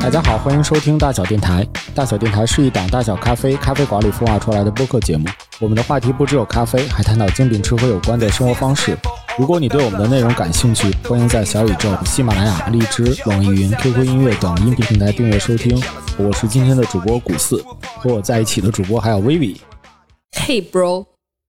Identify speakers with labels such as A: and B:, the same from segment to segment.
A: 大家好，欢迎收听大小电台。大小电台是一档大小咖啡咖啡馆里孵化出来的播客节目。我们的话题不只有咖啡，还探讨精品吃喝有关的生活方式。如果你对我们的内容感兴趣，欢迎在小宇宙、喜马拉雅、荔枝、网易云、QQ 音乐等音频平台订阅收听。我是今天的主播古四，和我在一起的主播还有薇薇。
B: Hey bro，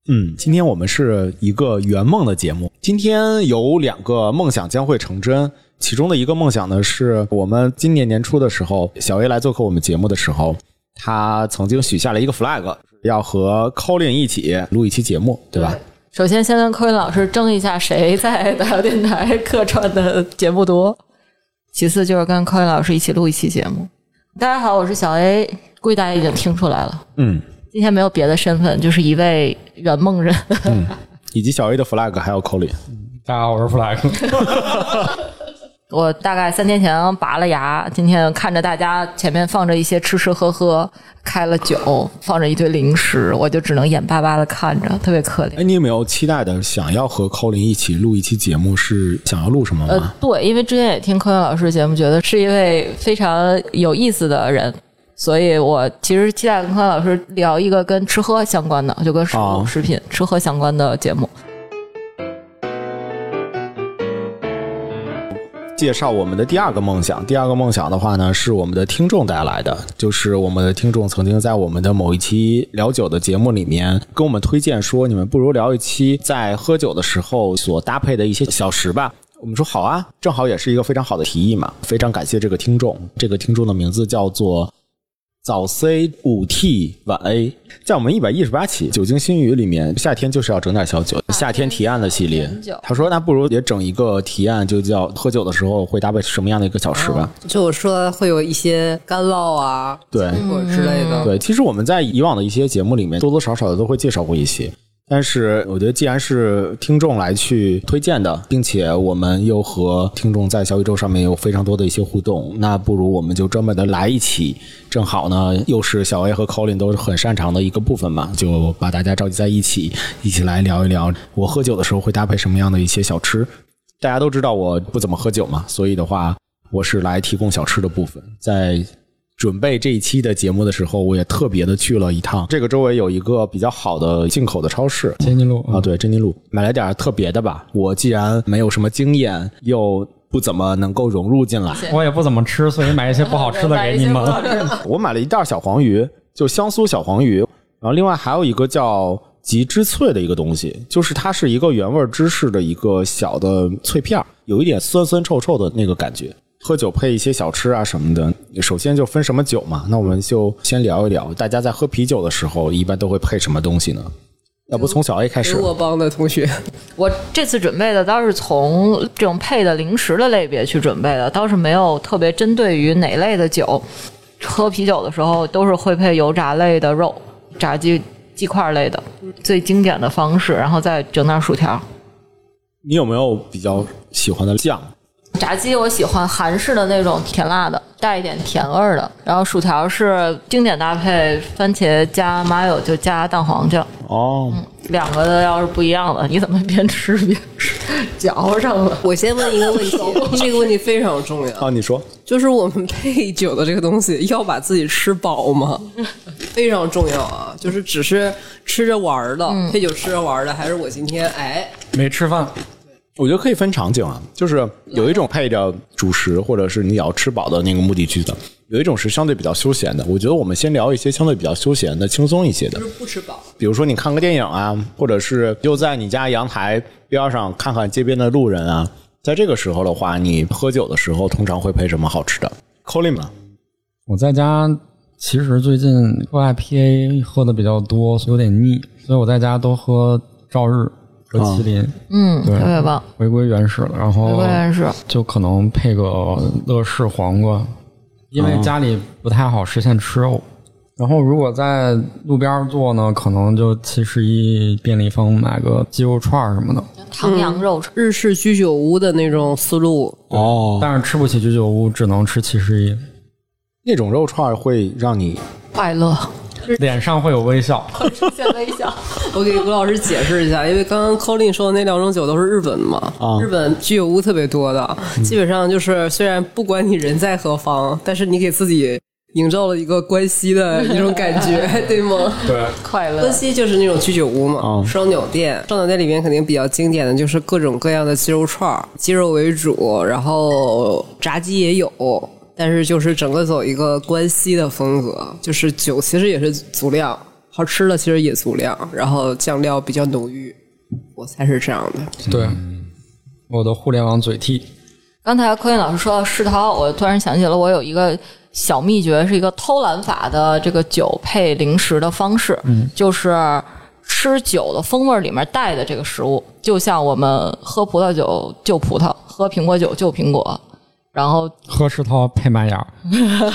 A: 嗯，今天我们是一个圆梦的节目。今天有两个梦想将会成真，其中的一个梦想呢，是我们今年年初的时候，小 A 来做客我们节目的时候，他曾经许下了一个 flag，要和 Colin 一起录一期节目，对吧？
B: 首先先跟柯林老师争一下谁在大小电台客串的节目多，其次就是跟柯林老师一起录一期节目。大家好，我是小 A，估计大家已经听出来了，
A: 嗯，
B: 今天没有别的身份，就是一位圆梦人。
A: 以及小 A 的 flag 还有 Colin，
C: 大家好，我是 flag。
B: 我大概三天前拔了牙，今天看着大家前面放着一些吃吃喝喝，开了酒，放着一堆零食，我就只能眼巴巴的看着，特别可怜
A: 哎，。你有没有期待的想要和 Colin 一起录一期节目？是想要录什么吗？
B: 呃，对，因为之前也听科学老师节目，觉得是一位非常有意思的人，所以我其实期待跟科学老师聊一个跟吃喝相关的，就跟食物、
A: 哦
B: 食品、吃喝相关的节目。
A: 介绍我们的第二个梦想。第二个梦想的话呢，是我们的听众带来的，就是我们的听众曾经在我们的某一期聊酒的节目里面跟我们推荐说，你们不如聊一期在喝酒的时候所搭配的一些小食吧。我们说好啊，正好也是一个非常好的提议嘛。非常感谢这个听众，这个听众的名字叫做早 C 五 T 晚 A，在我们一百一十八期《酒精新语》里面，夏天就是要整点小酒，夏天提案的系列
B: 酒。
A: 他说，那不如也整一个提案，就叫喝酒的时候会搭配什么样的一个小食吧？
D: 哦就我说会有一些干酪啊、
A: 对
D: 水果之类的。
A: 对，其实我们在以往的一些节目里面，多多少少的都会介绍过一些。但是我觉得，既然是听众来去推荐的，并且我们又和听众在小宇宙上面有非常多的一些互动，那不如我们就专门的来一期，正好呢，又是小 A 和 Colin 都是很擅长的一个部分嘛，就把大家召集在一起，一起来聊一聊我喝酒的时候会搭配什么样的一些小吃。大家都知道我不怎么喝酒嘛，所以的话，我是来提供小吃的部分。在准备这一期的节目的时候，我也特别的去了一趟，这个周围有一个比较好的进口的超市。
C: 天津路
A: 啊，，对，真金路买了点儿特别的吧。我既然没有什么经验，又不怎么能够融入进来，
C: 我也不怎么吃，所以买一些不好吃的给你们。
A: 我买了一袋小黄鱼，就香酥小黄鱼，然后另外还有一个叫极之脆的一个东西，就是它是一个原味芝士的一个小的脆片儿，有一点酸酸臭臭的那个感觉。喝酒配一些小吃啊什么的，首先就分什么酒嘛，那我们就先聊一聊，大家在喝啤酒的时候一般都会配什么东西呢？要不从小 A 开始
D: 给？我帮的同 学，
B: 我这次准备的倒是从这种配的零食的类别去准备的，倒是没有特别针对于哪类的酒。喝啤酒的时候都是会配油炸类的肉，炸鸡、鸡块类的最经典的方式，然后再整点薯条。
A: 你有没有比较喜欢的酱？
B: 炸鸡我喜欢韩式的那种甜辣的，带一点甜味儿的。然后薯条是经典搭配，番茄加麻油就加蛋黄酱。
A: 哦，
B: 两个的要是不一样的，你怎么边吃边吃嚼上了？
D: 我先问一个问 题，这个问题非常重要，
A: 啊，你说，
D: 就是我们配酒的这个东西要把自己吃饱 吗？非常重要啊，就是只是吃着玩儿的，配酒吃着玩儿的，还是我今天哎，
C: 没吃饭，
A: 我觉得可以分场景啊，就是有一种配着主食，或者是你要吃饱的那个目的去的；有一种是相对比较休闲的。我觉得我们先聊一些相对比较休闲的、轻松一些的
D: 就，是不吃饱，
A: 比如说你看个电影啊，或者是就在你家阳台边上看看街边的路人啊。在这个时候的话，你喝酒的时候通常会配什么好吃的？Colin 嘛，
C: 我在家其实最近喝 IPA 喝的比较多，所以有点腻，所以我在家都喝照日和麒麟，
B: 嗯，
C: 对
B: 特别棒，
C: 回归原始了。然
B: 我
C: 后
B: 也是。
C: 就可能配个乐事黄瓜，因为家里不太好实现吃肉。然后如果在路边做呢，可能就七十一便利蜂买个鸡肉串儿什么的。
B: 唐羊肉串，
D: 日式居酒屋的那种思路，
A: 哦，
C: 但是吃不起居酒屋，只能吃七十一。
A: 那种肉串儿会让你
B: 快乐，
C: 脸上会有微笑。
B: 出现微笑。
D: 我给吴老师解释一下，因为刚刚 Colin 说的那两种酒都是日本的嘛，
A: 啊
D: 日本居酒屋特别多的，基本上就是虽然不管你人在何方，但是你给自己营造了一个关西的那种感觉，对吗？
C: 对，
B: 快
D: 关
B: 乐。
D: 西就是那种居酒屋嘛
A: 哦，
D: 烧鸟店，烧鸟店里面肯定比较经典的就是各种各样的鸡肉串儿，鸡肉为主，然后炸鸡也有。但是就是整个走一个关西的风格，就是酒其实也是足量，好吃的其实也足量，然后酱料比较浓郁，我猜是这样的。
C: 对，嗯我的互联网嘴替，
B: 刚才柯林老师说到世涛，我突然想起了我有一个小秘诀，是一个偷懒法的这个酒配零食的方式，就是吃酒的风味里面带的这个食物，就像我们喝葡萄酒就葡萄，喝苹果酒就苹果。然后
C: 喝石涛配麦芽，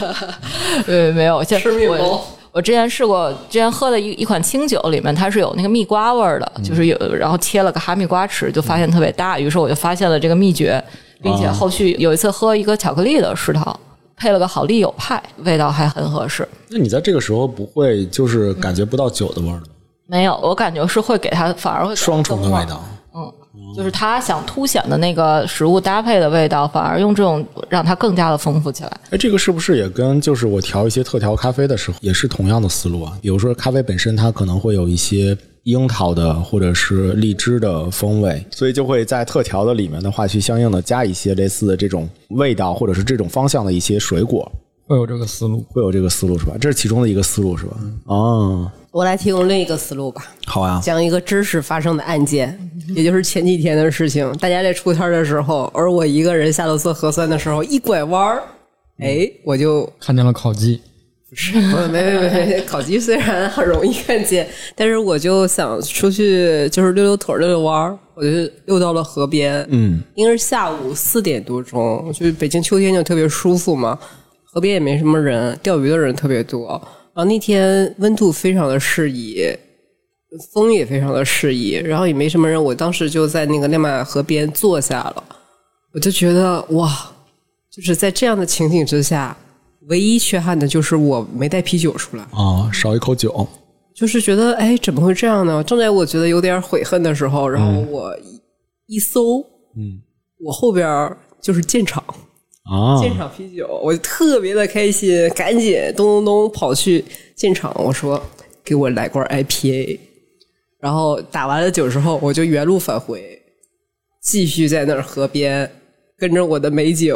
B: 对，没有，像
D: 吃面包
B: 我我之前试过，之前喝的一一款清酒，里面它是有那个蜜瓜味儿的，就是有，然后切了个哈密瓜吃，就发现特别搭。于是我就发现了这个秘诀，并
A: 啊
B: 且后续有一次喝一个巧克力的食堂，配了个好丽友派，味道还很合适。
A: 那你在这个时候不会就是感觉不到酒的味儿吗？
B: 没有，我感觉是会给它，反而会给它
A: 双重的
B: 更
A: 味
B: 旺
A: 道。
B: 就是它想凸显的那个食物搭配的味道，反而用这种让它更加的丰富起来。
A: 哎，这个是不是也跟就是我调一些特调咖啡的时候也是同样的思路啊？比如说咖啡本身它可能会有一些樱桃的或者是荔枝的风味，所以就会在特调的里面的话去相应的加一些类似的这种味道或者是这种方向的一些水果，
C: 会有这个思路。
A: 会有这个思路是吧？这是其中的一个思路是吧？哦，
D: 我来提供另一个思路吧，
A: 好呀、
D: 讲一个真实发生的案件，也就是前几天的事情。大家在出摊的时候，而我一个人下楼做核酸的时候，一拐弯儿，哎，我就
C: 看见了烤鸡，
D: 我嗯没没没没，烤鸡虽然很容易看见，但是我就想出去就是溜溜腿儿、溜溜弯儿，我就溜到了河边。
A: 嗯，
D: 应该是下午四点多钟，就是北京秋天就特别舒服嘛，河边也没什么人，钓鱼的人特别多。然后那天温度非常的适宜，风也非常的适宜，然后也没什么人。我当时就在那个亮马河边坐下了，我就觉得哇，就是在这样的情景之下，唯一缺憾的就是我没带啤酒出来。
A: 啊，少一口酒，
D: 就是觉得哎，怎么会这样呢？正在我觉得有点悔恨的时候，然后我一一搜，
A: 嗯，
D: 我后边儿就是建厂，
A: 啊，
D: 建厂啤酒，我就特别的开心，赶紧咚咚咚跑去建厂，我说给我来罐 IPA，然后打完了酒之后，我就原路返回，继续在那儿河边。跟着我的美景，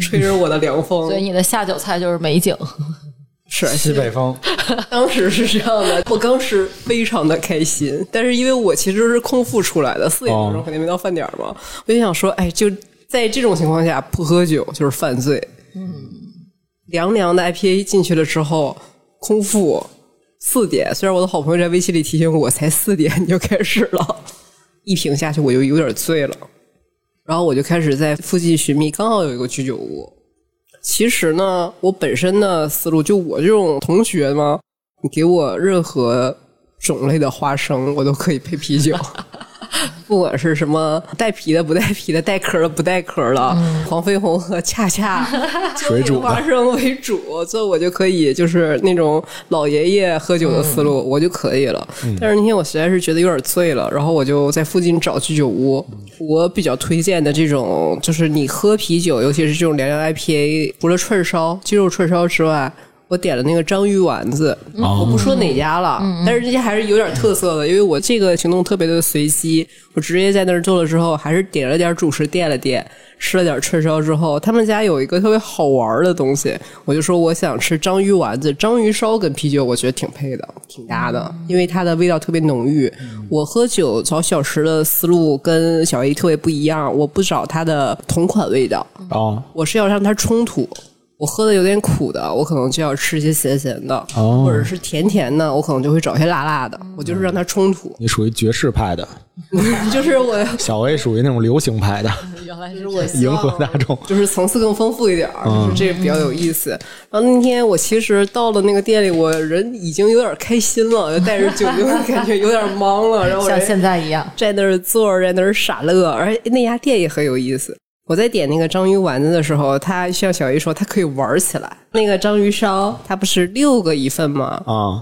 D: 吹着我的凉
B: 嗯
D: 风，
B: 所以你的下酒菜就是美景，
D: 是
C: 西北风，
D: 当时是这样的，我当时非常的开心，但是因为我其实是空腹出来的，四点多钟肯定没到饭点儿嘛，我就想说，哎，就在这种情况下不喝酒就是犯罪。嗯，凉凉的 IPA 进去了之后，空腹四点，虽然我的好朋友在微信里提醒我，才四点你就开始了，一瓶下去我就有点醉了，然后我就开始在附近寻觅，刚好有一个居酒屋。其实呢，我本身的思路，就我这种同学嘛，你给我任何种类的花生，我都可以配啤酒，不管是什么带皮的、不带皮的、带壳的、不带壳的，黄飞鸿和恰恰
A: 水煮的
D: 花生为主，所以我就可以就是那种老爷爷喝酒的思路，我就可以了。
A: 嗯
D: 但是那天我实在是觉得有点醉了，然后我就在附近找居酒屋。
A: 嗯
D: 我比较推荐的这种，就是你喝啤酒，尤其是这种凉凉 IPA，除了串烧、鸡肉串烧之外。我点了那个章鱼丸子，我不说哪家了，但是这家还是有点特色的，因为我这个行动特别的随机，我直接在那儿做了之后，还是点了点主食垫了垫，吃了点串烧之后，他们家有一个特别好玩的东西，我就说我想吃章鱼丸子，章鱼烧跟啤酒我觉得挺配的，嗯挺搭的，因为它的味道特别浓郁。我喝酒找小食的思路跟小 A 特别不一样，我不找它的同款味道，
A: 哦
D: 我是要让它冲突。我喝的有点苦的，我可能就要吃一些咸咸的，
A: 哦
D: 或者是甜甜的，我可能就会找一些辣辣的。我就是让它冲突，
A: 你属于爵士派的，
D: 就是我
A: 小 A 属于那种流行派的，
B: 原来
D: 就是 我希
A: 迎
D: 望
A: 合嗯大众。
D: 就是层次更丰富一点儿，就是这个比较有意思。然后那天我其实到了那个店里，我人已经有点开心了，就带着酒精的感觉有点懵了，然后我
B: 像
D: 人
B: 现在一样。
D: 在那儿坐着，在那儿傻乐，而且那家店也很有意思。我在点那个章鱼丸子的时候，它像小姨说，它可以玩起来。那个章鱼烧，它不是六个一份吗？
A: 啊，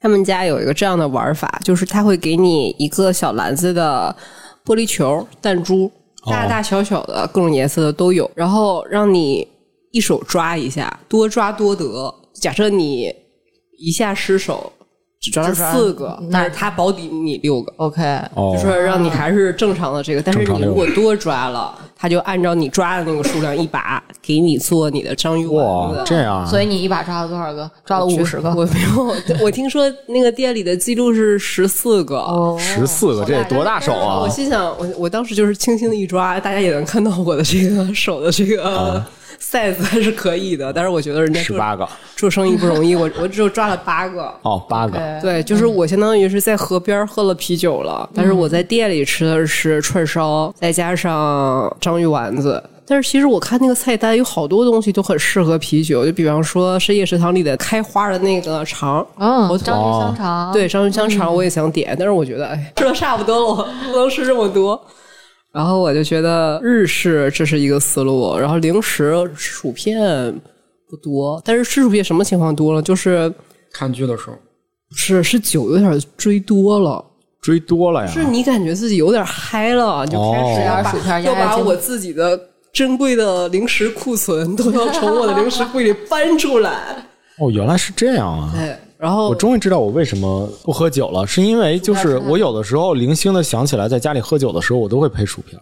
D: 他们家有一个这样的玩法，就是他会给你一个小篮子的玻璃球、弹珠，大大小小的各种颜色的都有，然后让你一手抓一下，多抓多得。假设你一下失手，只抓了
B: 只抓嗯
D: 四个，
B: 那
D: 但是他保底你六个。
B: OK，
A: 哦
D: 就，是让你还是正常的这个，但是
A: 正常
D: 你
A: 六
D: 如果多抓了，他就按照你抓的那个数量一把给你做你的章鱼丸子
A: 哇，。这样啊，
B: 所以你一把抓了多少个？抓了五十个。
D: 我没哦有，我听说那个店里的记录是十四个。
B: 哦，
A: 十四个，这得多大手啊
D: 我！心想，我我当时就是轻轻的一抓，大家也能看到我的这个手的这个 size 还是可以的，但是我觉得人家
A: 哦十
D: 做
A: 八个，
D: 做生意不容易，我我只有抓了八个。
A: 哦，八个，
B: 对
D: 对，就是我相当于是在河边喝了啤酒了，但是我在店里吃的是串烧，再加上章鱼丸子。但是其实我看那个菜单有好多东西都很适合啤酒，就比方说深夜食堂里的开花的那个肠，
B: 嗯
D: 我，
B: 章鱼香肠，
D: 对，章鱼香肠我也想点，但是我觉得哎，吃的差不多了，我不能吃这么多。然后我就觉得日式这是一个思路，然后零食薯片不多，但是吃薯片什么情况多了？就是
C: 看剧的时候，
D: 不是是酒有点追多了。
A: 追多了呀，
D: 是你感觉自己有点嗨了，就开
A: 哦
D: 始要
B: 吃
D: 把、
B: 点薯片压压
D: 要把
B: 惊
D: 我自己的珍贵的零食库存都要从我的零食柜里搬 出来。
A: 哦，原来是这样啊。
D: 哎，然后
A: 我终于知道我为什么不喝酒了，是因为就是我有的时候零星的想起来，在家里喝酒的时候，我都会配薯片，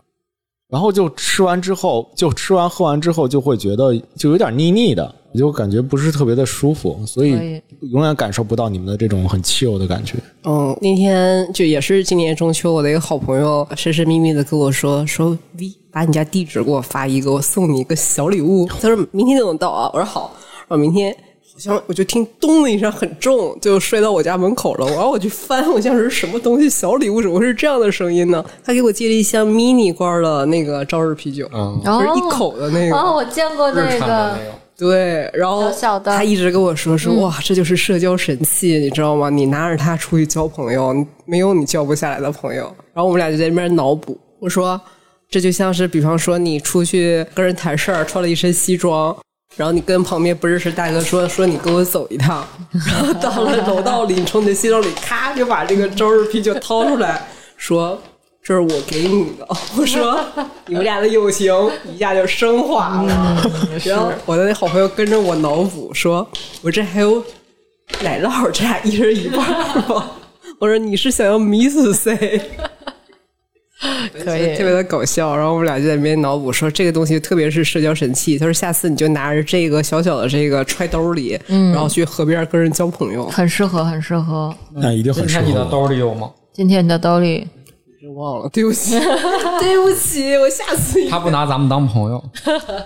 A: 然后就吃完之后，就吃完喝完之后，就会觉得就有点腻腻的，我就感觉不是特别的舒服，所
B: 可
A: 以
B: 以
A: 永远感受不到你们的这种很 chill 的感觉。
D: 嗯，那天就也是今年中秋，我的一个好朋友神神秘秘的跟我说，说 V 把你家地址给我发一个，我送你一个小礼物。他说明天就能到啊，我说好，然后明天。好像我就听咚的一声很重，就摔到我家门口了。然后我去翻，我像是什么东西小礼物，怎么会是这样的声音呢？他给我寄了一箱 mini 罐的那个朝日啤酒，
C: 嗯，
D: 就是
B: 哦
D: 一口的那个。
B: 哦，我见过
C: 日
B: 那
C: 产的
B: 个，
C: 那个，
D: 对，然后
B: 小小的嗯
D: 他一直跟我说说、哇，这就是社交神器，你知道吗？你拿着它出去交朋友，你没有你交不下来的朋友。然后我们俩就在那边脑补，我说这就像是，比方说你出去跟人谈事儿，穿了一身西装。然后你跟旁边不认识大哥说说你跟我走一趟，然后到了楼道里，你从你的西装里咔就把这个周日啤酒掏出来，说这是我给你的。我说你们俩的友情一下就升华了。然后我的那好朋友跟着我脑补说，我这还有奶酪，这俩一人一半儿吗？ 我说你是想要迷死谁？
B: 可
D: 就
B: 以
D: 特别的搞笑。然后我们俩就在那边脑补说这个东西，特别是社交神器。他说下次你就拿着这个小小的这个揣兜里，然后去河边跟人交朋友。
B: 很适合，很适合。
A: 那一定
C: 今
A: 很适
C: 天
A: 合
C: 你的
A: 我。
C: 兜里有吗？
B: 今天你的兜里，
D: 忘了， 对不起，对不起，我下次一定
C: 他不拿咱们当朋 友，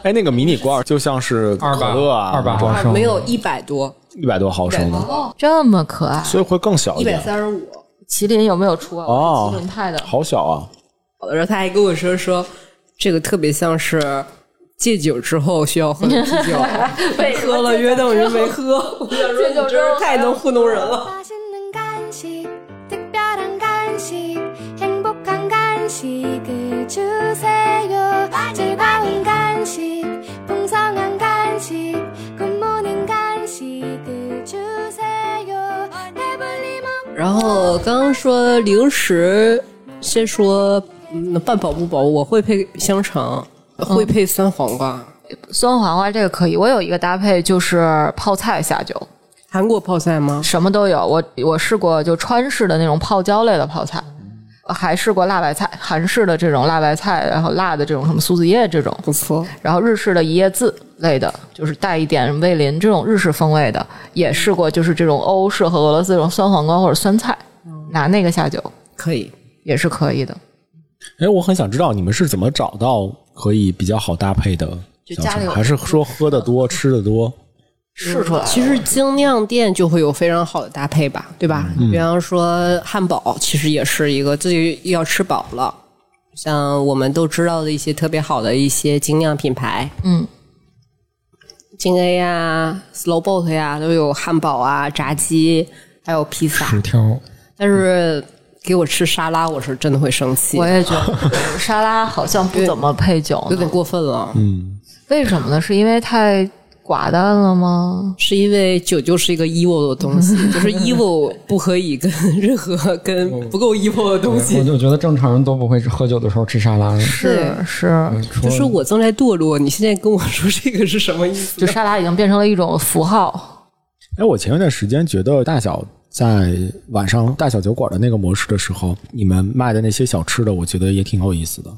A: 哎，那个迷你罐儿就像是可
C: 二百
A: 乐啊，
C: 二百毫
D: 啊
C: 升
D: 没有一百多，
A: 一百多毫升的，
B: 这么可爱。
A: 所以会更小
D: 一
A: 一
D: 百
A: 点。
D: 三十五。
B: 麒麟有没有出啊？
A: 哦
B: 我是麒麟派的，
A: 好小啊！
D: 然后他还跟我说说，这个特别像是戒酒之后需要喝 的啤酒，喝了约等于没喝。我想说，你真是太能糊弄人了。
E: 맛있는 간식, 특별한 간식, 행복한 간식을 주세요. 즐거운 간식, 풍성한 간식, 굿모닝 간식을 주세요. 배불리 먹
D: 然后刚刚说零食，先说嗯，半饱不饱，我会配香肠，会配酸黄瓜，
B: 酸黄瓜这个可以。我有一个搭配就是泡菜下酒，
D: 韩国泡菜吗？
B: 什么都有。我我试过就川式的那种泡椒类的泡菜，还试过辣白菜，韩式的这种辣白菜，然后辣的这种什么苏子叶这种，
D: 不错，
B: 然后日式的一叶子类的，就是带一点味淋这种日式风味的，也试过就是这种欧式和俄罗斯这种酸黄瓜或者酸菜，拿那个下酒
D: 可以。
B: 也是可以的。
A: 哎，我很想知道你们是怎么找到可以比较好搭配的
B: 就
A: 小
B: 家里
A: 吃，
B: 有
A: 还是说喝的多，吃的多？
B: 试出来了
D: 其实精酿店就会有非常好的搭配吧，对吧？
B: 嗯
D: 比方说汉堡，其实也是一个自己要吃饱了，像我们都知道的一些特别好的一些精酿品牌，
B: 嗯，
D: 金 A 呀、Slow Boat 呀，都有汉堡啊、炸鸡，还有披萨。
C: 十条。
D: 但是给我吃沙拉，我是真的会生气
B: 我，也觉得沙拉好像不怎么配酒
D: 有
B: 呢
D: 点，过分了。
A: 嗯，
B: 为什么呢？是因为太寡淡了吗？
D: 是因为酒就是一个 evil 的 东西，就是 evil 不可以跟任何跟
B: 哦
D: 不够 evil 的东
C: 我
D: 西。
C: 就觉得正常人都不会喝酒的时候吃沙拉，嗯
B: 是是，
C: 除
D: 就
C: 了
D: 是我正在堕落，你现在跟我说这个是什么意思？
B: 就沙拉已经变成了一种符号。
A: 哎，我前一段时间觉得大小在晚上大小酒馆的那个模式的时候，你们卖的那些小吃的，我觉得也挺有意思的。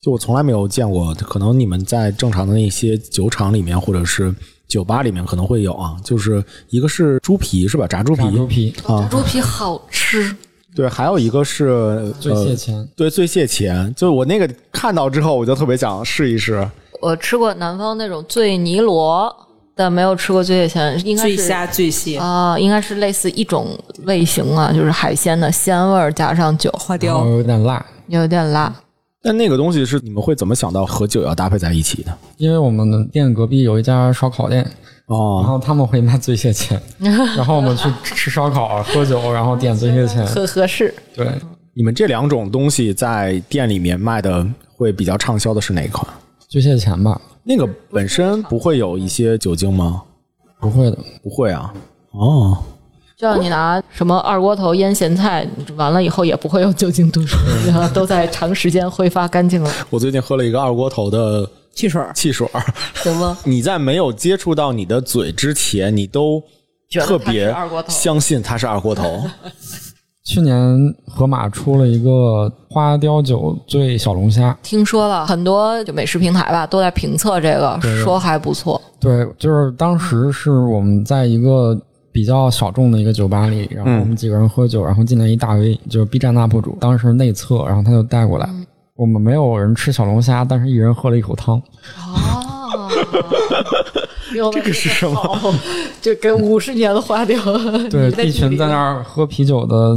A: 就我从来没有见过，可能你们在正常的那些酒厂里面或者是酒吧里面可能会有啊，就是一个是猪皮是吧？炸猪皮，
C: 炸猪皮
A: 啊
B: 猪皮好吃，
A: 对，还有一个是
C: 最
A: 呃
C: 蟹钳。
A: 对，醉蟹钳，就是我那个看到之后，我就特别想试一试。
B: 我吃过南方那种醉泥螺，但没有吃过醉蟹钳，应该
D: 醉
B: 是
D: 虾醉蟹
B: 啊、应该是类似一种类型啊，就是海鲜的鲜味儿加上酒，
D: 花
C: 然
D: 雕
C: 后，有点辣，
B: 有点辣。
A: 但那个东西是你们会怎么想到和酒要搭配在一起的？
C: 因为我们的店隔壁有一家烧烤店，然
A: 哦，
C: 后他们会卖醉蟹 钳，然后我们去吃烧烤、喝酒，然后点醉蟹 钳。
B: 很合适。
C: 对，
A: 你们这两种东西在店里面卖的会比较畅销的是哪一款？
C: 醉蟹钳吧，
A: 那个本身不会有一些酒精吗？
C: 不会的，
A: 不会啊。哦，
B: 就像你拿什么二锅头腌咸菜，完了以后也不会有酒精 度数，然后都在长时间挥发干净了。
A: 我最近喝了一个二锅头的
D: 汽水儿
A: 汽水儿。
D: 行吗？
A: 你在没有接触到你的嘴之前，你都
B: 觉得
A: 特
B: 它是
A: 别
B: 二锅头
A: 相信它是二锅头。
C: 去年河马出了一个花雕酒醉小龙虾，
B: 听说了很多就美食平台吧，都在评测这个，
C: 对
B: 说还不错。
C: 对，就是当时是我们在一个比较小众的一个酒吧里，然后我们几个人喝酒，然后进来一大 V，就是 B 站 UP 主，当时内测，然后他就带过来。
B: 嗯
C: 我们没有人吃小龙虾，但是一人喝了一口汤，
B: 哦，这个是什么？就跟五十年的花雕，
C: 对，
B: 你在这
C: 一群
B: 里
C: 在那儿喝啤酒的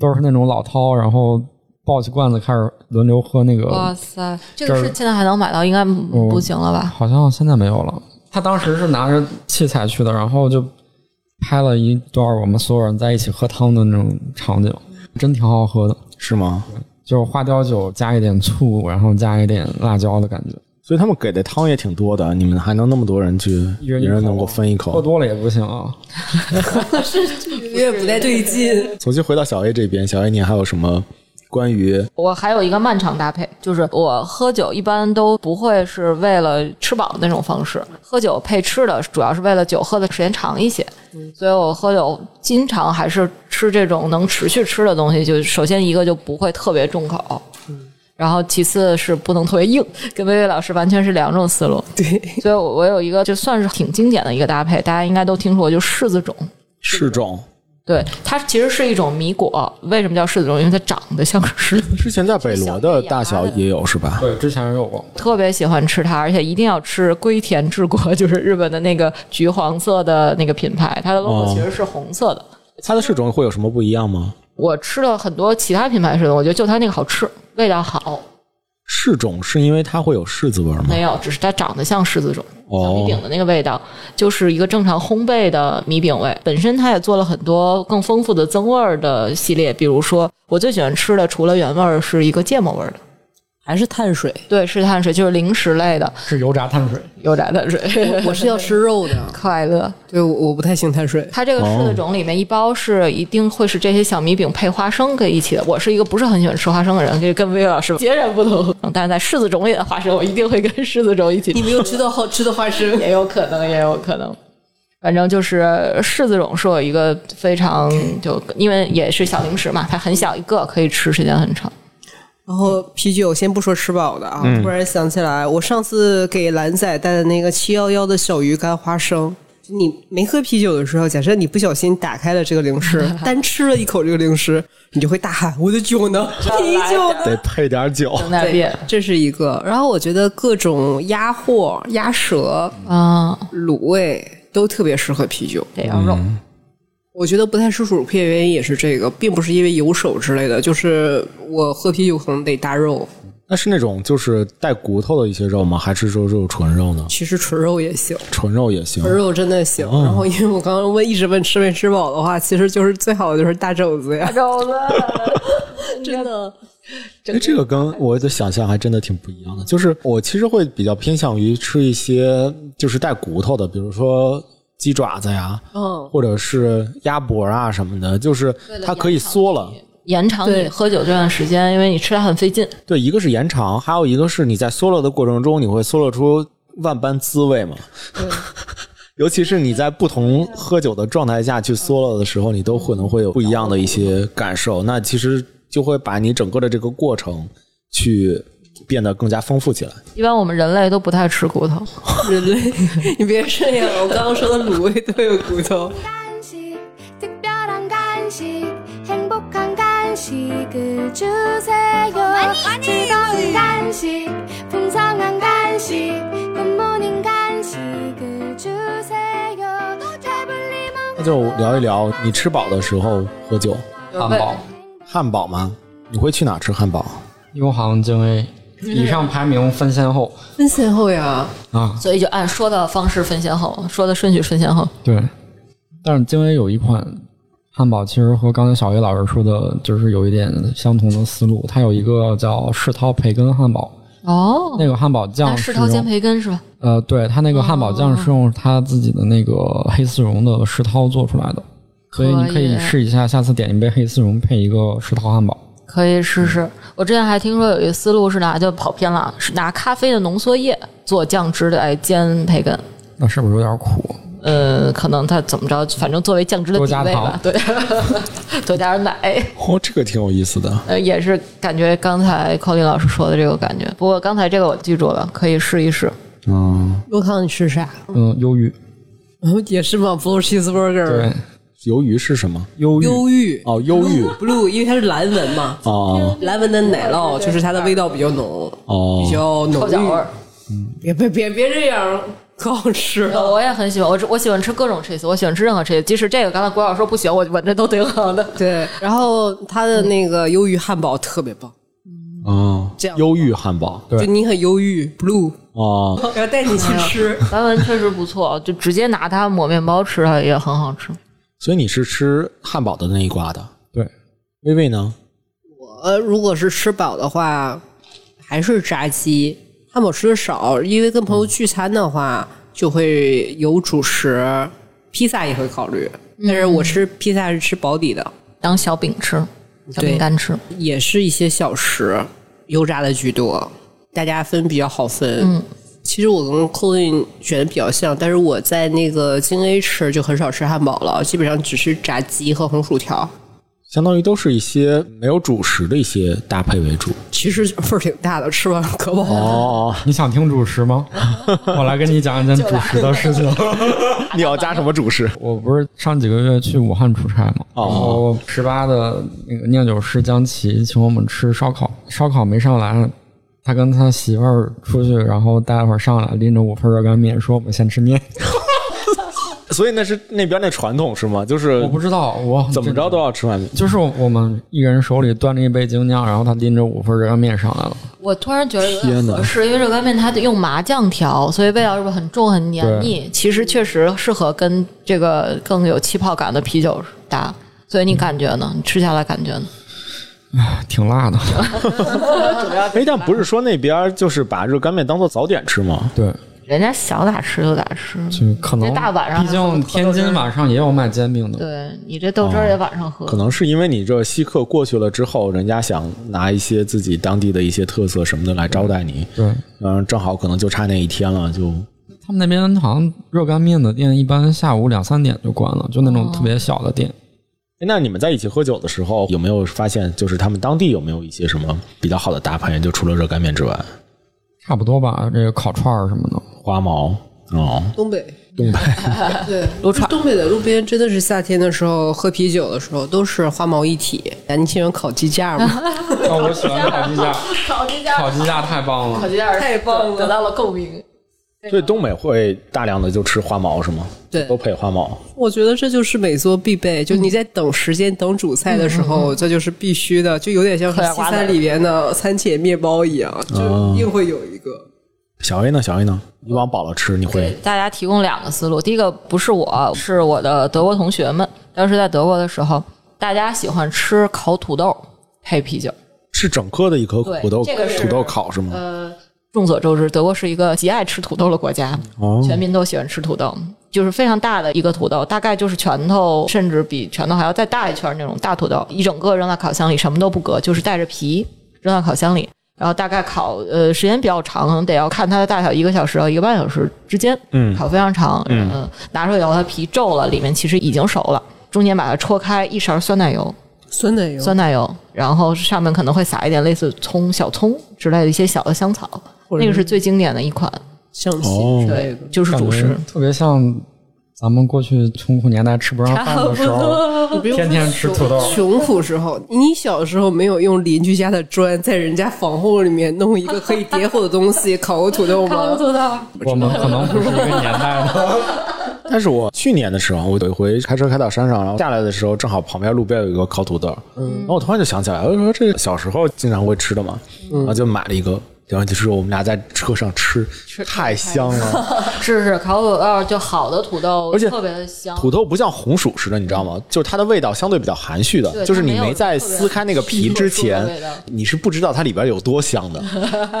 C: 都是那种老饕，然后抱起罐子开始轮流喝那
B: 哇
C: 个，
B: 塞，这
C: 这
B: 个
C: 儿
B: 是现在还能买到，应该不行了吧？
C: 好像现在没有了。他当时是拿着器材去的，然后就拍了一段我们所有人在一起喝汤的那种场景，真挺好喝的。
A: 是吗？
C: 就是花雕酒加一点醋，然后加一点辣椒的感觉，
A: 所以他们给的汤也挺多的，你们还能那么多人去，一
C: 人一口
A: 人能够分一
C: 喝
A: 口。
C: 多了也不行啊。
D: 因为不太对劲。
A: 重新回到小 A 这边，小 A 你还有什么关于
B: 我还有一个漫长搭配，就是我喝酒一般都不会是为了吃饱的那种方式，喝酒配吃的主要是为了酒喝的时间长一些，所以我喝酒经常还是吃这种能持续吃的东西，就首先一个就不会特别重口。然后其次是不能特别硬，跟薇薇老师完全是两种思路。
D: 对，
B: 所以我我有一个就算是挺经典的一个搭配，大家应该都听说，就柿子种。
A: 试种？
B: 对，它其实是一种米果，为什么叫柿子种？因为它长得像个柿子。
A: 之前在北罗的大小也有是吧？
C: 对，之前有过，
B: 特别喜欢吃它，而且一定要吃龟田治国， 就是日本的那个橘黄色的那个品牌，它的 logo
A: 哦
B: 其实是红色的。
A: 它的试种会有什么不一样吗？
B: 我吃了很多其他品牌的，我觉得就它那个好吃，味道好。
A: 试种是因为它会有柿子味儿吗？
B: 没有，只是它长得像柿子种，
A: 哦
B: 小米饼的那个味道，就是一个正常烘焙的米饼味。本身它也做了很多更丰富的增味儿的系列，比如说我最喜欢吃的，除了原味儿，是一个芥末味儿的，
D: 还是碳水，
B: 对，是碳水，就是零食类的
C: 是油炸碳水。
B: 油炸碳水。
D: 我是要吃肉的。
B: 快乐，
D: 对，我我不太行碳水。
B: 它这个柿子种里面一包是一定会是这些小米饼配花生跟一起的。我是一个不是很喜欢吃花生的人，这跟薇薇老师 截然不同。但是在柿子种里的花生，我一定会跟柿子种一起吃
D: 你。没有吃到好吃的花生，
B: 也有可能，也有可能。反正就是柿子种是我一个非常就因为也是小零食嘛，它很小一个，可以吃时间很长。
D: 然后啤酒先不说吃饱的啊，突然想起来，我上次给兰仔带的那个七幺幺的小鱼干花生。你没喝啤酒的时候，假设你不小心打开了这个零 食，单吃了一口这个零食，你就会大喊：“我的酒 呢？啤酒呢？”
A: 得配点酒。
B: 正在变
D: 这是一个。然后我觉得各种鸭货、鸭舌、
B: 啊，
D: 卤味都特别适合啤酒。
B: 得要肉，
D: 我觉得不太吃薯片原因也是这个，并不是因为有手之类的，就是我喝啤酒可能得搭肉，
A: 那是那种就是带骨头的一些肉吗？还是说肉纯肉呢？
D: 其实纯肉也行。
A: 纯肉也行。
D: 纯肉真的行，然后因为我刚刚问一直问吃没吃饱的话，其实就是最好的就是大肘子呀，
B: 肘子
D: 真的
A: 哎，这个跟我的想象还真的挺不一样的。就是我其实会比较偏向于吃一些就是带骨头的，比如说鸡爪子呀，
D: 嗯，
A: 或者是鸭脖啊什么的，就是它可以缩了。
B: 延长你
D: 对
B: 喝酒这段时间，因为你吃它很费劲。
A: 对，一个是延长，还有一个是你在缩了的过程中，你会缩了出万般滋味嘛。 尤其是你在不同喝酒的状态下去缩了的时候，你都可能会有不一样的一些感受。那其实就会把你整个的这个过程去变得更加丰富起来。
B: 一般我们人类都不太吃骨头，
D: 人类， 你别这样，我刚刚说的卤味都有骨头。
E: 간식 특별한 간식 행복한 간식을 주세요 즐거운 간식 풍성한 간식 굿모닝 간식을 주세요 배불리
A: 那就聊一聊你吃饱的时候喝酒，
C: 汉 堡、
A: 汉堡吗？你会去哪吃汉堡？
C: 优航、京 A，以上排名分先后
D: 分先后呀，
C: 啊。
B: 所以就按说的方式分先后，说的顺序分先后。
C: 对，但是京 A 有一款汉堡，其实和刚才小叶老师说的，就是有一点相同的思路。它有一个叫世涛培根汉堡，
B: 哦，
C: 那个汉堡酱
B: 那
C: 是
B: 世涛
C: 用
B: 煎培哦根是吧？
C: 呃，对，它那个汉堡酱是用它自己的那个黑丝绒的世涛做出来的，所以你可以试一下，下次点一杯黑丝绒配一个世涛汉堡。
B: 可以试试。我之前还听说有一个思路是拿就跑偏了，是拿咖啡的浓缩液做酱汁来煎培根。
C: 那是不是有点苦？
B: 呃，可能它怎么着，反正作为酱汁的
C: 多
B: 底
C: 加
B: 味吧
C: 糖，
B: 对， 多加点奶，
A: 哦，这个挺有意思的。
B: 呃，也是感觉刚才 Colin 老师说的这个感觉。不过刚才这个我记住了，可以试一试。
A: 嗯，
D: 我康，你吃啥？
C: 嗯，忧郁，
D: 嗯也是嘛，blue cheeseburger，
C: 对，
A: 鱿鱼是什么？
C: 忧郁，
D: 忧郁
A: 哦，忧郁。
D: blue，因为它是蓝纹嘛，
A: 哦
D: 蓝纹的奶酪就是它的味道比较浓，比
A: 哦，
D: 较浓
B: 豆角味儿
D: 郁。，别别别别这样，可好吃了。
B: 呃我也很喜欢，我只我喜欢吃各种 cheese，我喜欢吃任何 cheese，即使这个刚才郭老师说不行，我闻着都挺好的。
D: 对，然后它的那个忧郁汉堡特别棒，
A: 哦
D: 这，样
A: 忧郁汉堡。
C: 对
D: 就你很忧郁，blue，
A: 哦，
D: 要带你去吃。
B: 蓝纹确实不错，就直接拿它抹面包吃，它也很好吃。
A: 所以你是吃汉堡的那一挂的。
C: 对，
A: 薇薇呢？
D: 呃，如果是吃饱的话，还是炸鸡。汉堡吃的少，因为跟朋友聚餐的话，就会有主食，披萨也会考虑。但是我吃披萨是吃保底的，
B: 当小饼吃，小饼
D: 对
B: 干吃。
D: 也是一些小食，油炸的居多，大家分比较好分。
B: 嗯，
D: 其实我跟 Colin 选的比较像，但是我在那个京 A 吃就很少吃汉堡了，基本上只吃炸鸡和红薯条。
A: 相当于都是一些没有主食的一些搭配为主。
D: 其实份儿挺大的，吃完可饱了。
A: 哦，
C: 你想听主食吗？我来跟你讲一件主食的事情。
A: 你要加什么主食？
C: 我不是上几个月去武汉出差嘛，
A: 哦
C: 然后十八的那个酿酒师江琪请我们吃烧烤，烧烤没上来，他跟他媳妇儿出去，然后待会儿上来拎着五份热干面，说我们先吃面。
A: 所以那是那边那传统是吗？就是
C: 我不知道我
A: 怎么着都要吃外面。
C: 就是我们一人手里端着一杯精酿，然后他拎着五份热干面上来了。
B: 我突然觉得有点
A: 天哪
B: 合适，因为热干面它得用麻酱调，所以味道是不是很重很黏腻？其实确实适合跟这个更有气泡感的啤酒搭。所以你感觉呢？你吃下来感觉呢？
C: 挺辣 的，
A: 哎，但不是说那边就是把热干面当做早点吃吗？
C: 对，
B: 人家想咋吃就咋吃。
C: 就可能
B: 这大晚上
C: 毕竟天津晚上也有卖煎饼的，
B: 对你这豆汁儿也晚上喝，
A: 哦可能是因为你这稀客过去了之后，人家想拿一些自己当地的一些特色什么的来招待你，
C: 对
A: 嗯，正好可能就差那一天了，就
C: 他们那边好像热干面的店一般下午两三点就关了，就那种特别小的店。
A: 哎那你们在一起喝酒的时候，有没有发现就是他们当地有没有一些什么比较好的搭配？就除了热干面之外，
C: 差不多吧，这个烤串儿什么的，
A: 花毛哦，
D: 东北，
A: 东北
D: 对，撸串。东北的路边真的是夏天的时候喝啤酒的时候都是花毛一体。哎，你喜欢烤鸡架 吗？
C: 哦，我喜欢烤 鸡架，
B: 烤鸡架
C: 烤鸡架太棒了。
B: 鸡架
D: 太棒了
B: 得到了共鸣。
A: 所以东北会大量的就吃花毛是吗？
D: 对
A: 都配花毛。
D: 我觉得这就是每桌必备，就
B: 嗯
D: 你在等时间、等主菜的时候，这就是必须的，就有点像是
B: 嗑点
D: 西
B: 瓜子
D: 餐里边的餐前面包一样，就一定会有一个。
A: 小 A 呢？小 A 呢？你往饱了吃，你会
B: 大家提供两个思路，第一个不是我，是我的德国同学们。当时在德国的时候，大家喜欢吃烤土豆配啤酒，
A: 是整颗的一颗
B: 对
A: 土豆
B: 这个是
A: 土豆烤是吗？
B: 呃，众所周知，德国是一个极爱吃土豆的国家，
A: 哦，
B: 全民都喜欢吃土豆，就是非常大的一个土豆，大概就是拳头，甚至比拳头还要再大一圈那种大土豆，一整个扔到烤箱里，什么都不搁，就是带着皮扔到烤箱里，然后大概烤呃时间比较长，可能得要看它的大小，一个小时到一个半小时之间，
A: 嗯
B: 烤非常长，嗯、拿出来以后它皮皱了，里面其实已经熟了，中间把它戳开，一勺酸奶油，
D: 酸奶油，
B: 酸奶油，然后上面可能会撒一点类似葱、小葱之类的一些小的香草，
D: 或者
B: 那个是最经典的一款，
D: 香
A: 哦
D: 芹之类
B: 对
D: 的，，
B: 就是
C: 感
B: 主
C: 觉
B: 食。
C: 嗯特别像咱们过去穷苦年代吃不上饭的时候，
D: 你不用
C: 天天吃土豆。
D: 穷苦时候，你小时候没有用邻居家的砖在人家房后里面弄一个可以叠火的东西 烤过土豆吗？
C: 我们可能不是一个年 代的，
A: 但是我去年的时候，我有一回开车开到山上，然后下来的时候，正好旁边路边有一个烤土豆，嗯，然后我突然就想起来，我就说这小时候经常会吃的嘛，然后就买了一个。然后就是我们俩在车上吃，太香了。
B: 是是，烤土豆就好的土豆，
A: 而且
B: 特别的香。
A: 土豆不像红薯似的，你知道吗？就是它的味道相对比较含蓄的，
B: 嗯对
A: 就是
B: 它
A: 你
B: 没有
A: 没在撕开那个皮之前
B: 特别特别特殊的味道，
A: 你是不知道它里边有多香 的。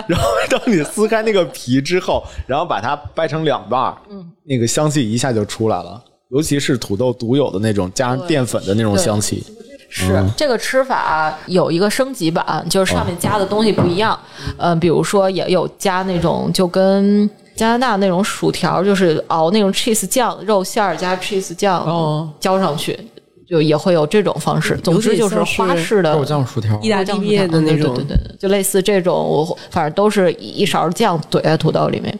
A: 然后当你撕开那个皮之后，然后把它掰成两半儿，
B: 嗯
A: 那个香气一下就出来了。尤其是土豆独有的那种加上淀粉的那种
B: 对
A: 香气。
B: 是
A: 嗯
B: 这个吃法有一个升级版，就是上
A: 哦
B: 面加的东西不一样。嗯、比如说也有加那种就跟加拿大那种薯条，就是熬那种 cheese 酱，肉馅儿加 cheese 酱、
D: 哦
B: 浇上去，就也会有这种方
A: 嗯
B: 式。总之就是花式的
C: 肉酱薯条。
D: 意大利面的那种
B: 啊对对对对对，就类似这种，我反正都是一一勺酱怼在土豆里面。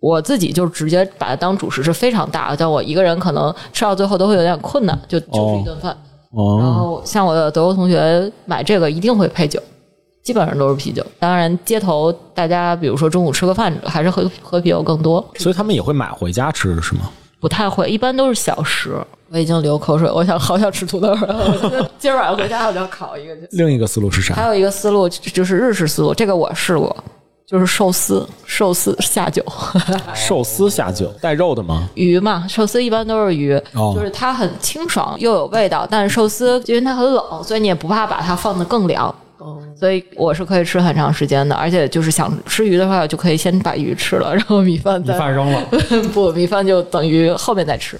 B: 我自己就直接把它当主食是非常大的，但我一个人可能吃到最后都会有点困难，就就是一顿饭。然
A: 哦，
B: 后像我的德国同学买这个一定会配酒，基本上都是啤酒。当然，街头大家比如说中午吃个饭，还是喝喝啤酒更多，
A: 所以他们也会买回家吃是吗？
B: 不太会，一般都是小食。我已经流口水，我想好想吃土豆了。我觉得 今儿晚上回家我就要烤一个去。
A: 另一个思路是
B: 还
A: 啥？
B: 有一个思路就就是日式思路，这个我试过，就是寿司，寿司下酒，
A: 寿司下酒带肉的吗？
B: 鱼嘛，寿司一般都是鱼，
A: 哦
B: 就是它很清爽又有味道，但是寿司因为它很冷，所以你也不怕把它放得更凉。所以我是可以吃很长时间的，而且就是想吃鱼的话，就可以先把鱼吃了，然后米饭
C: 米
B: 再
C: 饭扔了，
B: 不，米饭就等于后面再吃，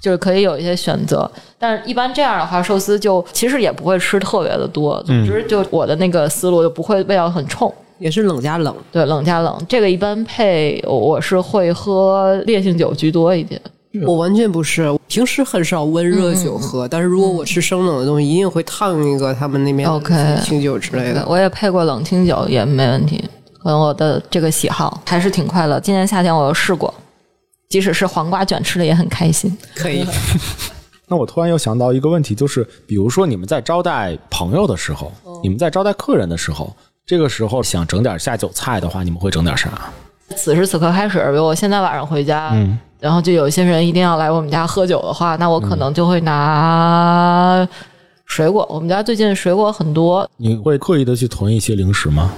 B: 就是可以有一些选择。但是一般这样的话，寿司就其实也不会吃特别的多，总
C: 嗯
B: 之就我的那个思路就不会味道很冲。
D: 也是冷加冷。
B: 对，冷加冷，这个一般配我我是会喝烈性酒居多一点。
D: 我完全不是，平时很少
B: 嗯
D: 温热酒喝，但是如果我吃生冷的东西，一定会烫一个他们那边的
B: OK
D: 清酒之类
B: 对
D: 的。
B: 我也配过冷清酒，也没问题。可能我的这个喜好还是挺快乐。今年夏天我有试过，即使是黄瓜卷吃的也很开心。
D: 可以，
A: 那我突然又想到一个问题，就是比如说你们在招待朋友的时候，你们在招待客人的时候，这个时候想整点下酒菜的话，你们会整点啥？
B: 此时此刻开始，比如我现在晚上回家，然后就有些人一定要来我们家喝酒的话，那我可能就会拿水果。我们家最近水果很多，
A: 你会刻意的去囤一些零食吗？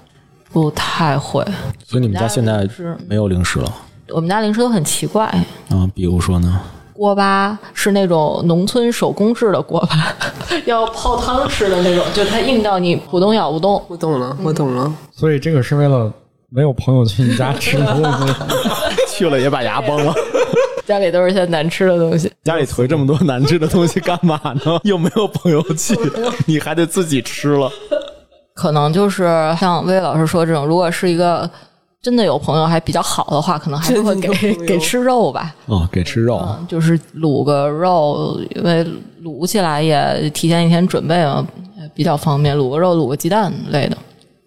B: 不太会。
A: 所以你们家现在没有零食了
B: 我们家零食都很奇怪，
A: 啊？比如说呢？
B: 锅巴是那种农村手工制的锅巴， 要泡汤吃的那种，就它硬到你浦东咬不动。
D: 我懂了，我懂了。
C: 所以这个是为了没有朋友去你家吃东 西。
A: 去了也把牙崩了，
B: 家里都是一些难吃的东西，
A: 家里囤这么多难吃的东西干嘛呢？又没有朋友去，你还得自己吃了。
B: 可能就是像魏老师说这种，如果是一个真的有朋友还比较好的话，可能还是会
D: 真的有朋
B: 给
D: 友
B: 给吃肉吧，
A: 哦，给吃肉，
B: 就是卤个肉，因为卤起来也提前一天准备嘛，比较方便。卤个肉、卤个鸡蛋类的，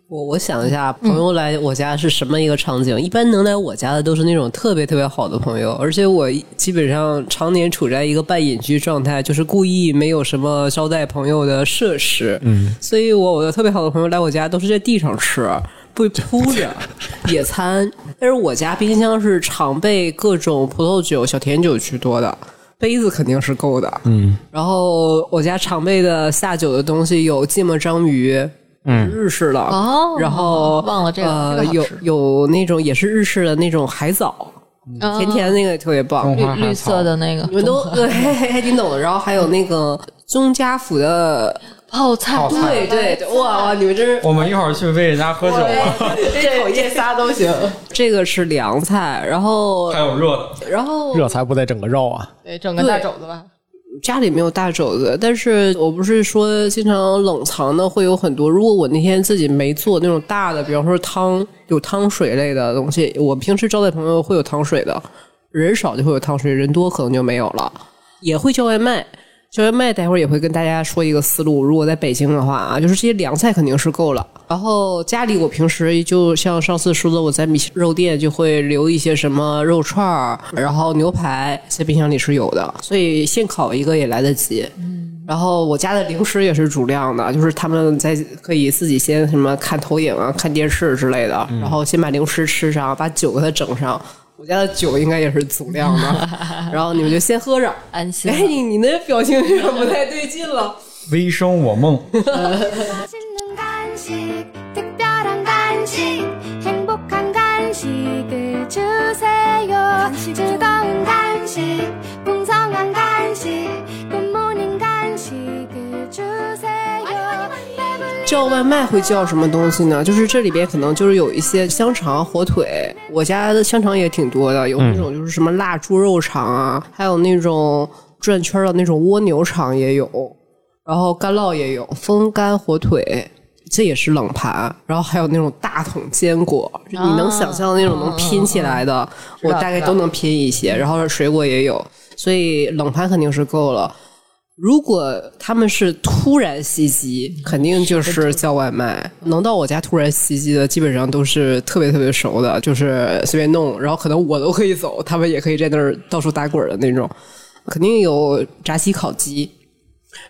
D: 我我想一下，朋友来我家是什么一个场景？一般能来我家的都是那种特别特别好的朋友，而且我基本上常年处在一个半隐居状态，就是故意没有什么招待朋友的设施。嗯，所以我我的特别好的朋友来我家都是在地上吃。不铺着野餐，但是我家冰箱是常备各种葡萄酒、小甜酒居多的，杯子肯定是够的。嗯，然后我家常备的下酒的东西有芥末章鱼，嗯，日式的
B: 哦
D: 然后
B: 忘了这个
D: 呃
B: 这个好
D: 有
B: 吃
D: 有那种也是日式的那种海藻，甜甜的那个特别棒，
C: 嗯
B: 绿绿色的那个，
D: 你们都对，你懂的。然后还有那个钟家府的
B: 泡菜，
C: 泡菜
D: 对对对，哇哇，你们真 是
C: 我们一会儿去魏姐家喝酒，
D: 这口夜仨都行。 这个是凉菜，然后
C: 还有热的。
D: 然后
A: 热才不得整个肉啊！
F: 对，整个大肘子吧。
D: 家里没有大肘子，但是我不是说经常冷藏的会有很多。如果我那天自己没做那种大的，比方说汤有汤水类的东西，我平时招待朋友会有汤水的，人少就会有汤水，人多可能就没有了。也会叫外卖，叫外卖待会儿也会跟大家说一个思路。如果在北京的话啊，就是这些凉菜肯定是够了。然后家里我平时就像上次说的，我在米肉店就会留一些什么肉串儿，然后牛排在冰箱里是有的，所以现烤一个也来得及。然后我家的零食也是主量的，就是他们在可以自己先什么看投影啊、看电视之类的，然后先把零食吃上，把酒给它整上。我家的酒应该也是足量的，然后你们就先喝着，
B: 安心了
D: 哎，你你那表情有点不太对劲了。
C: 微生我梦，
E: 맛있는 간식, 특별한 간식, 행복한 간식을 주세요. 즐거운 간식, 풍성한 간식, 굿모닝 간식을 주세요. 배불리
D: 叫外卖会叫什么东西呢？就是这里边可能就是有一些香肠、火腿，我家的香肠也挺多的，有那种就是什么辣猪肉肠啊，还有那种转圈儿的那种蜗牛肠也有，然后干酪也有，风干火腿。这也是冷盘，然后还有那种大桶坚果，你能想象的那种能拼起来的，我大概都能拼一些。然后水果也有，所以冷盘肯定是够了。如果他们是突然袭击，肯定就是叫外卖。能到我家突然袭击的，基本上都是特别特别熟的，就是随便弄，然后可能我都可以走，他们也可以在那儿到处打滚的那种。肯定有炸鸡、烤鸡。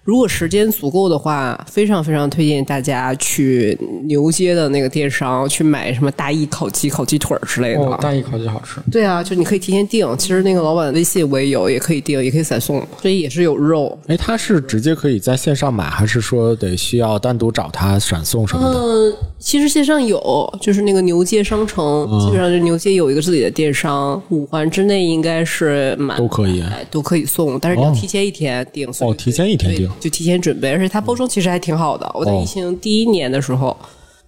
D: 如果时间足够的话，非常非常推荐大家去牛街的那个电商去买什么大义烤鸡、烤鸡腿儿之类的。
C: 哦，大义烤鸡好吃。
D: 对啊，就你可以提前订。其实那个老板微信我也有，也可以订，也可以闪送，所以也是有肉。
A: 哎，他是直接可以在线上买，还是说得需要单独找他闪送什么的？
D: 嗯，其实线上有，就是那个牛街商城，
A: 嗯
D: 基本上就是牛街有一个自己的电商，五环之内应该是满
A: 都可以啊
D: 哎都可以送，但是你要
A: 哦
D: 提前一天订。所以
A: 哦提前一天订
D: 对就提前准备，而且它包装其实还挺好的。我在
A: 哦
D: 疫情第一年的时候。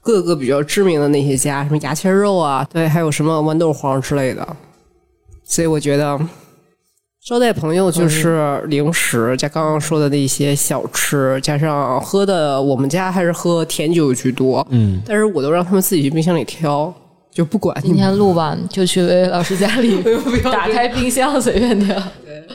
D: 各个比较知名的那些家，什么牙签肉啊，对，还有什么豌豆黄之类的，所以我觉得招待朋友就是零食，加刚刚说的那些小吃，加上喝的，我们家还是喝甜酒居多。嗯，但是我都让他们自己去冰箱里挑，就不管 你
B: 今
D: 们。
B: 天录完就去薇薇老师家 里打开冰箱随便挑，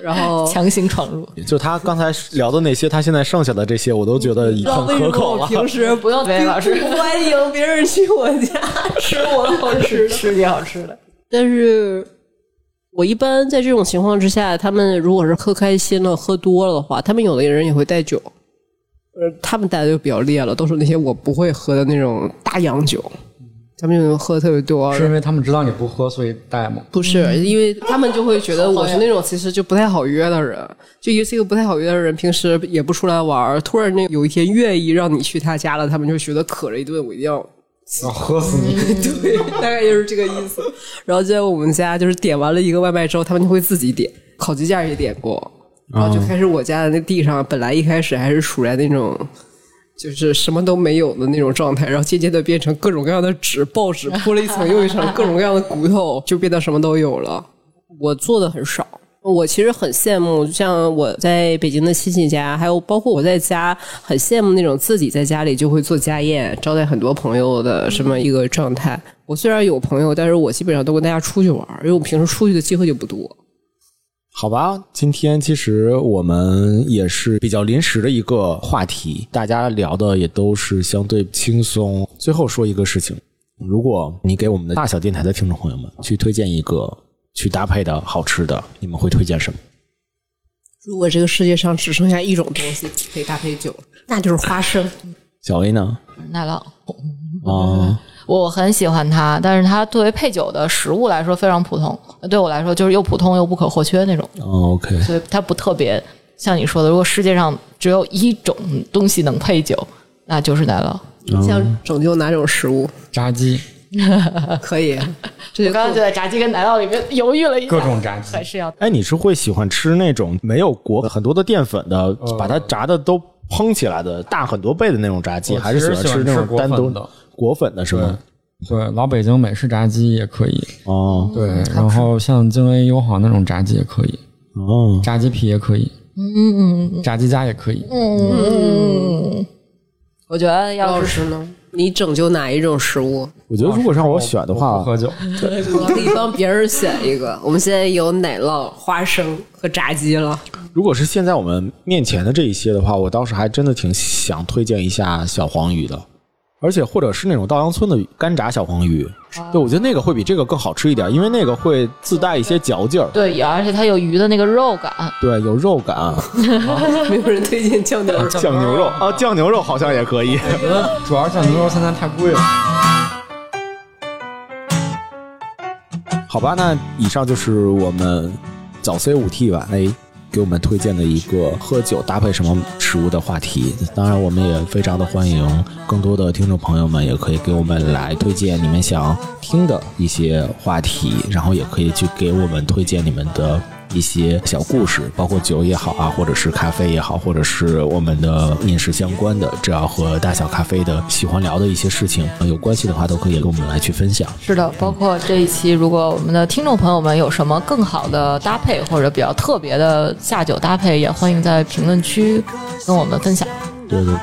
D: 然后
B: 强行闯入。
A: 就他刚才聊的那些，他现在剩下的这些，我都觉得已很可口了。
D: 平时
B: 不用薇薇老师，
D: 不欢迎别人去我家吃我好吃的，吃你好吃的。 但是，我一般在这种情况之下，他们如果是喝开心了、喝多了的话，他们有的人也会带酒。呃，他们带的就比较烈了，都是那些我不会喝的那种大洋酒，他们就喝得特别多。
C: 是因为他们知道你不喝，所以带吗？
D: 不是，因为他们就会觉得我是那种其实就不太好约的人，就一个这个不太好约的人，平时也不出来玩儿，突然那有一天愿意让你去他家了，他们就觉得渴了一顿，我一定要。
C: 啊， 喝死你！
D: 对，大概就是这个意思。然后就在我们家，就是点完了一个外卖之后，他们就会自己点，烤鸡架也点过，然后就开始我家的那地上，本来一开始还是处在那种。就是什么都没有的那种状态，然后渐渐的变成各种各样的纸、报纸铺了一层又一层，各种各样的骨头，就变得什么都有了。我做的很少。我其实很羡慕，就像我在北京的亲戚家，还有包括我在家，很羡慕那种自己在家里就会做家宴，招待很多朋友的这么一个状态。我虽然有朋友，但是我基本上都跟大家出去玩，因为我平时出去的机会就不多。
A: 好吧，今天其实我们也是比较临时的一个话题，大家聊的也都是相对轻松。最后说一个事情，如果你给我们的大小电台的听众朋友们去推荐一个去搭配的好吃的，你们会推荐什么？
D: 如果这个世界上只剩下一种东西可以搭配酒，那就是花生。
A: 小 A 呢？
B: 奶酪，
A: 啊、
B: 我很喜欢它，但是它作为配酒的食物来说非常普通，对我来说就是又普通又不可或缺那 种，
A: o k
B: 所以它不特别。像你说的，如果世界上只有一种东西能配酒，那就是奶酪。
D: 你想拯救哪种食物？
C: 炸鸡，
D: 可以，啊这
B: 我
D: 就
B: 刚刚就在炸鸡跟奶酪里面犹豫了一下，
C: 各种炸鸡
B: 还。是要
C: 呃
A: 哎，你是会喜欢吃那种没有裹很多的淀粉的，把它炸的都烹起来的大很多倍的那种炸鸡，
C: 我
A: 还是喜
C: 其
A: 欢
C: 实喜
A: 吃
C: 欢
A: 那
C: 吃
A: 种
C: 裹
A: 单
C: 粉
A: 独
C: 的
A: 裹粉的是吗？
C: 对，老北京美式炸鸡也可以，
A: 哦
C: 对，然后像京 A 友好那种炸鸡也可以，
A: 哦，
C: 炸鸡皮也可以，
B: 嗯嗯
C: 炸鸡架也可以。
B: 嗯，我觉得
D: 老
B: 要是
D: 师呢？你拯救哪一种食物？
A: 我觉得如果让我选的
C: 我
A: 话
C: 不，喝酒，
D: 我可以帮别人选一个。 我们现在有奶酪、花生和炸鸡了。
A: 如果是现在我们面前的这一些的话，我倒是还真的挺想推荐一下小黄鱼的，而且或者是那种稻香村的干炸小黄鱼，
C: 啊
A: 对我觉得那个会比这个更好吃一点，因为那个会自带一些嚼劲儿，
B: 对，而且它有鱼的那个肉感，
A: 对，有肉 感。
D: 没有人推荐酱牛肉。
A: 酱牛肉啊，酱牛肉好像也可以。
C: 我觉得主要是酱牛肉现在太贵了。
A: 好吧，那以上就是我们早 C 五 T 晚 A 给我们推荐的一个喝酒搭配什么食物的话题。当然，我们也非常的欢迎更多的听众朋友们，也可以给我们来推荐你们想听的一些话题，然后也可以去给我们推荐你们的。一些小故事，包括酒也好啊，或者是咖啡也好，或者是我们的饮食相关的，只要和大小咖啡的喜欢聊的一些事情呃有关系的话，都可以跟我们来去分享。
B: 是的，包括这一期，如果我们的听众朋友们有什么更好的搭配或者比较特别的下酒搭配，也欢迎在评论区跟我们分享。
A: 对对对，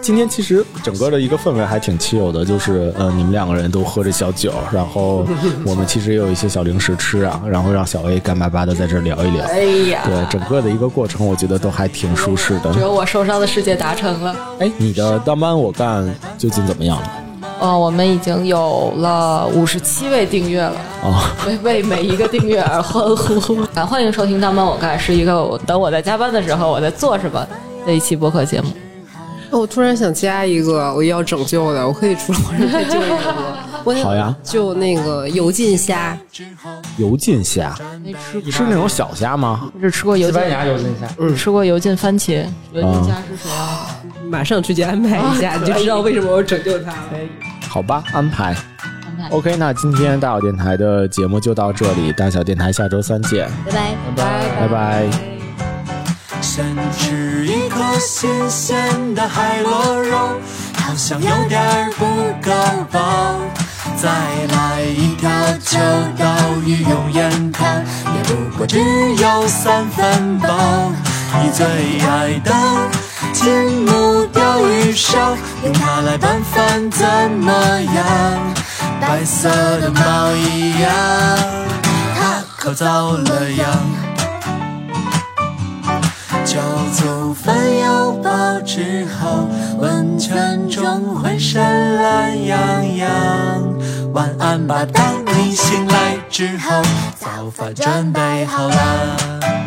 A: 今天其实整个的一个氛围还挺 chill 的，就是呃，你们两个人都喝着小酒，然后我们其实也有一些小零食吃啊，然后让小 A 干巴巴的在这儿聊一聊。
B: 哎呀，
A: 对，整个的一个过程，我觉得都还挺舒适
B: 只
A: 的。
B: 有我受伤的世界达成了。
A: 哎，你的当班我干呃最近怎么样了？
B: 呃，我们已经有了五十七位订阅了。
A: 哦，
B: 为为每一个订阅而欢呼。 啊，欢迎收听《当班我干》，是一个我等我在加班的时候我在做什么的一期播客节目。
D: 哦我突然想加一个，我要拯救的，我可以除了我拯救一个 吗。我想
A: 好呀
D: 就那个油浸虾，
A: 油浸虾
B: 没吃过，
A: 是那种小虾吗？
B: 只吃过油
C: 西
B: 浸
C: 班，牙油浸虾，
B: 只吃过油浸番茄。油浸虾是什么？
D: 马上去安排一 下，你就知道为什么我拯救他了。
A: 好吧，安排。
B: 安排
A: OK，那今天大小电台的节目就到这里，大小电台下周三见，
C: 拜拜。
A: 拜拜。
F: 像吃一口新鲜的海螺肉，好像有点儿不够饱。再来一条秋刀鱼用眼看，也不过只有三分饱。你最爱的金目钓鱼烧，用它来拌饭怎么样？白色的毛一样，它可遭了殃。酒足饭又饱之后，温泉中浑身懒洋洋。晚安吧，当你醒来之后，早饭准备好了。